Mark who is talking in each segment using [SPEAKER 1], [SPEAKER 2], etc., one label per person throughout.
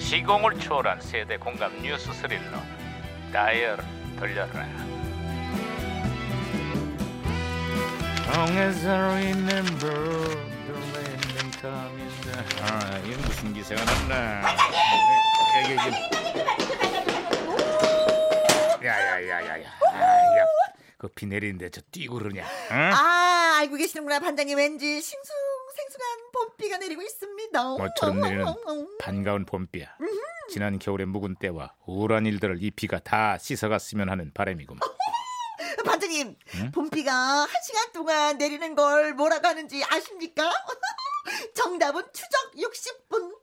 [SPEAKER 1] 시공을 초월한 세대 공감 뉴스 스릴러 다이얼 돌려라 Long as I remember the random time in the heart. 아, 이게 무슨 기세가 났나 예, 여기, 여기. 야야야야야 아, 야. 그비 내리는데 저 뛰고 그러냐 응?
[SPEAKER 2] 아 알고 계시는구나 반장님 왠지 싱숭생숭한 봄비가 내리고 있습니다.
[SPEAKER 1] 모처럼 내리는 반가운 봄비야. 지난 겨울의 묵은 때와 우울한 일들을 이 비가 다 씻어갔으면 하는 바람이구만.
[SPEAKER 2] 반장님 봄비가 한 시간 동안 내리는 걸 뭐라고 하는지 아십니까? 정답은 추적 60분.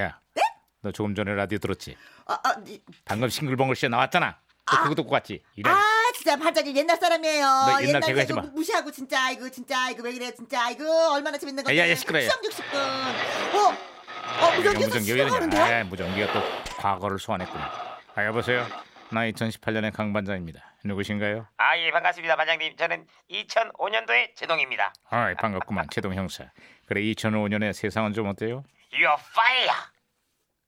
[SPEAKER 1] 야,
[SPEAKER 2] 네?
[SPEAKER 1] 너 조금 전에 라디오 들었지?
[SPEAKER 2] 아, 아, 이-
[SPEAKER 1] 방금 싱글벙글 씨 나왔잖아. 너
[SPEAKER 2] 아.
[SPEAKER 1] 그것도 꼭 봤지? 이런.
[SPEAKER 2] 아 진짜 반장님 옛날 사람이에요.
[SPEAKER 1] 네, 옛날 개그 하지
[SPEAKER 2] 개그
[SPEAKER 1] 마.
[SPEAKER 2] 무시하고 진짜 이거 진짜 이거 왜 이래 진짜 이거 얼마나 재밌는 건데.
[SPEAKER 1] 야, 야, 시끄러워.
[SPEAKER 2] 추적 60분. 어, 어
[SPEAKER 1] 이런
[SPEAKER 2] 무전기에서
[SPEAKER 1] 무전기 왜
[SPEAKER 2] 시작하는데요?
[SPEAKER 1] 이러냐? 아, 무전기가 또 과거를 소환했구나. 아 여보세요. 나 2018년의 강 반장입니다. 누구신가요?
[SPEAKER 3] 아 예 반갑습니다 반장님 저는 2005년도의 제동입니다
[SPEAKER 1] 아 반갑구만 최동 형사. 그래 2005년에 세상은 좀 어때요?
[SPEAKER 3] You're fire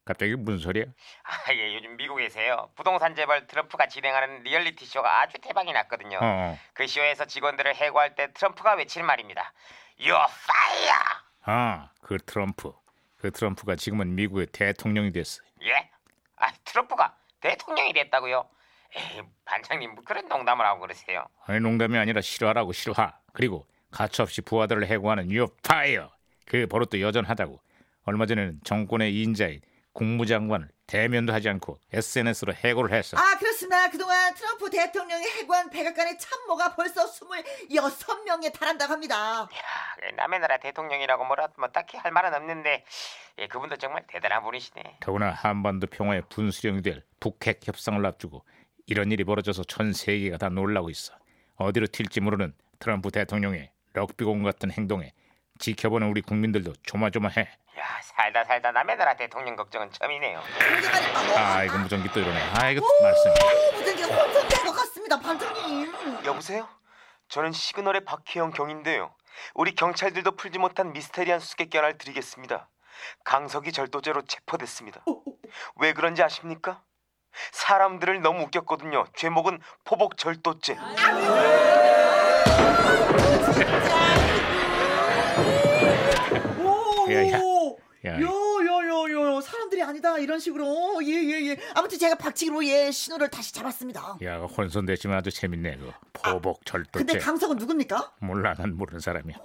[SPEAKER 1] 갑자기 무슨 소리야?
[SPEAKER 3] 아예 요즘 미국에서요 부동산 재벌 트럼프가 진행하는 리얼리티 쇼가 아주 대박이 났거든요
[SPEAKER 1] 어, 어.
[SPEAKER 3] 그 쇼에서 직원들을 해고할 때 트럼프가 외치는 말입니다 You're fire
[SPEAKER 1] 아, 그 트럼프. 그 트럼프가 지금은 미국의 대통령이 됐어.
[SPEAKER 3] 예? 아 트럼프가 대통령이 됐다고요? 에이 반장님 뭐 그런 농담을 하고 그러세요
[SPEAKER 1] 아니 농담이 아니라 실화라고 실화. 그리고 가차없이 부하들을 해고하는 유파이어. 그 버릇도 여전하다고. 얼마 전에는 정권의 인자인 국무장관을 대면도 하지 않고 SNS로 해고를 했어.
[SPEAKER 2] 아 그렇습니다. 그동안 트럼프 대통령이 해고한 백악관의 참모가 벌써 26명에 달한다고 합니다.
[SPEAKER 3] 야, 그 남의 나라 대통령이라고 뭐라 뭐 딱히 할 말은 없는데 예, 그분도 정말 대단한 분이시네
[SPEAKER 1] 더구나 한반도 평화의 분수령이 될 북핵 협상을 앞두고 이런 일이 벌어져서 전 세계가 다 놀라고 있어. 어디로 튈지 모르는 트럼프 대통령의 럭비공 같은 행동에 지켜보는 우리 국민들도 조마조마해.
[SPEAKER 3] 야 살다 살다 남의 나라 대통령 걱정은 처음이네요
[SPEAKER 2] 그러게 그러니까 말입니다.
[SPEAKER 1] 아 이거 무전기 또 이러네. 아 이거 말씀.
[SPEAKER 2] 오, 무전기가 혼선된 것 같습니다, 반장님.
[SPEAKER 3] 여보세요? 저는 시그널의 박혜영 경인데요. 우리 경찰들도 풀지 못한 미스테리한 수수께끼 하나를 드리겠습니다. 강석이 절도죄로 체포됐습니다. 왜 그런지 아십니까? 사람들을 너무 웃겼거든요. 죄목은 포복 절도죄.
[SPEAKER 2] 오,
[SPEAKER 1] 야, 야. 야.
[SPEAKER 2] 요요요요 사람들이 아니다 이런 식으로 예예예 아무튼 제가 박치기로 예 신호를 다시 잡았습니다.
[SPEAKER 1] 야 이거 혼선되지만 아주 재밌네 그 보복 절도죄.
[SPEAKER 2] 아, 근데 강석은 누굽니까?
[SPEAKER 1] 몰라 난 모르는 사람이야.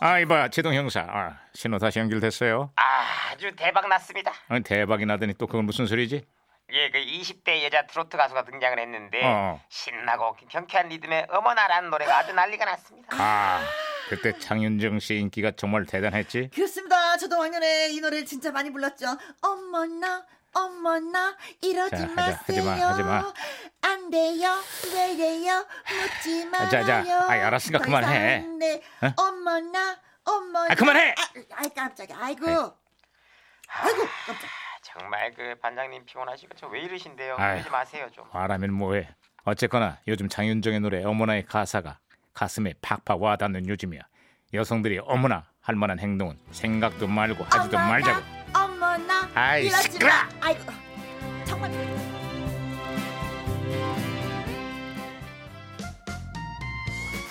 [SPEAKER 1] 아 이봐 제동 형사. 아, 신호 다시 연결됐어요.
[SPEAKER 3] 아, 주 대박 났습니다.
[SPEAKER 1] 아니, 대박이 나더니 또 그건 무슨 소리지?
[SPEAKER 3] 예, 그 20대 여자 트로트 가수가 등장을 했는데
[SPEAKER 1] 어.
[SPEAKER 3] 신나고 경쾌한 리듬에 어머나라는 노래가 아주 난리가 났습니다.
[SPEAKER 1] 아 그때 장윤정 씨 인기가 정말 대단했지.
[SPEAKER 2] 그렇습니다. 저도 왕년에 이 노래를 진짜 많이 불렀죠. 어머나, 어머나, 이러지
[SPEAKER 1] 자, 하자.
[SPEAKER 2] 마세요.
[SPEAKER 1] 하지 마, 하지 마.
[SPEAKER 2] 안 돼요, 왜래요, 묻지 마요.
[SPEAKER 1] 자, 자. 아이, 알았으니까
[SPEAKER 2] 더
[SPEAKER 1] 그만해.
[SPEAKER 2] 이상 내 어머나, 어머나.
[SPEAKER 1] 아, 그만해!
[SPEAKER 2] 아, 아이 깜짝이야. 아이고.
[SPEAKER 1] 아이.
[SPEAKER 2] 아이고 깜짝.
[SPEAKER 3] 정말 그 반장님 피곤하시고 저 왜 이러신데요?
[SPEAKER 1] 아휴.
[SPEAKER 3] 그러지 마세요 좀.
[SPEAKER 1] 말하면 뭐해. 어쨌거나 요즘 장윤정의 노래 어머나의 가사가 가슴에 팍팍 와닿는 요즘이야. 여성들이 어머나 할 만한 행동은 생각도 말고 하지도
[SPEAKER 2] 어머나,
[SPEAKER 1] 말자고.
[SPEAKER 2] 어머나.
[SPEAKER 1] 아이,
[SPEAKER 2] 이러지
[SPEAKER 1] 시끄러.
[SPEAKER 2] 마. 아이고. 정말.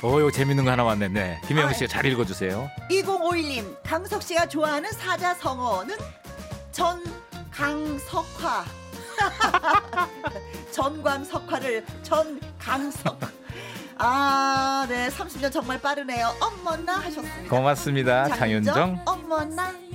[SPEAKER 1] 오, 요 어, 재밌는 거 하나 왔네. 네. 김영 씨잘 읽어주세요.
[SPEAKER 2] 2051님 강석 씨가 좋아하는 사자 성어는 전 강석화 전광석화를 전 강석 아, 네, 아네 30년 정말 빠르네요 어머나 하셨습니다
[SPEAKER 1] 고맙습니다.
[SPEAKER 2] 아, 장윤정,
[SPEAKER 1] 장윤정.
[SPEAKER 2] 어머나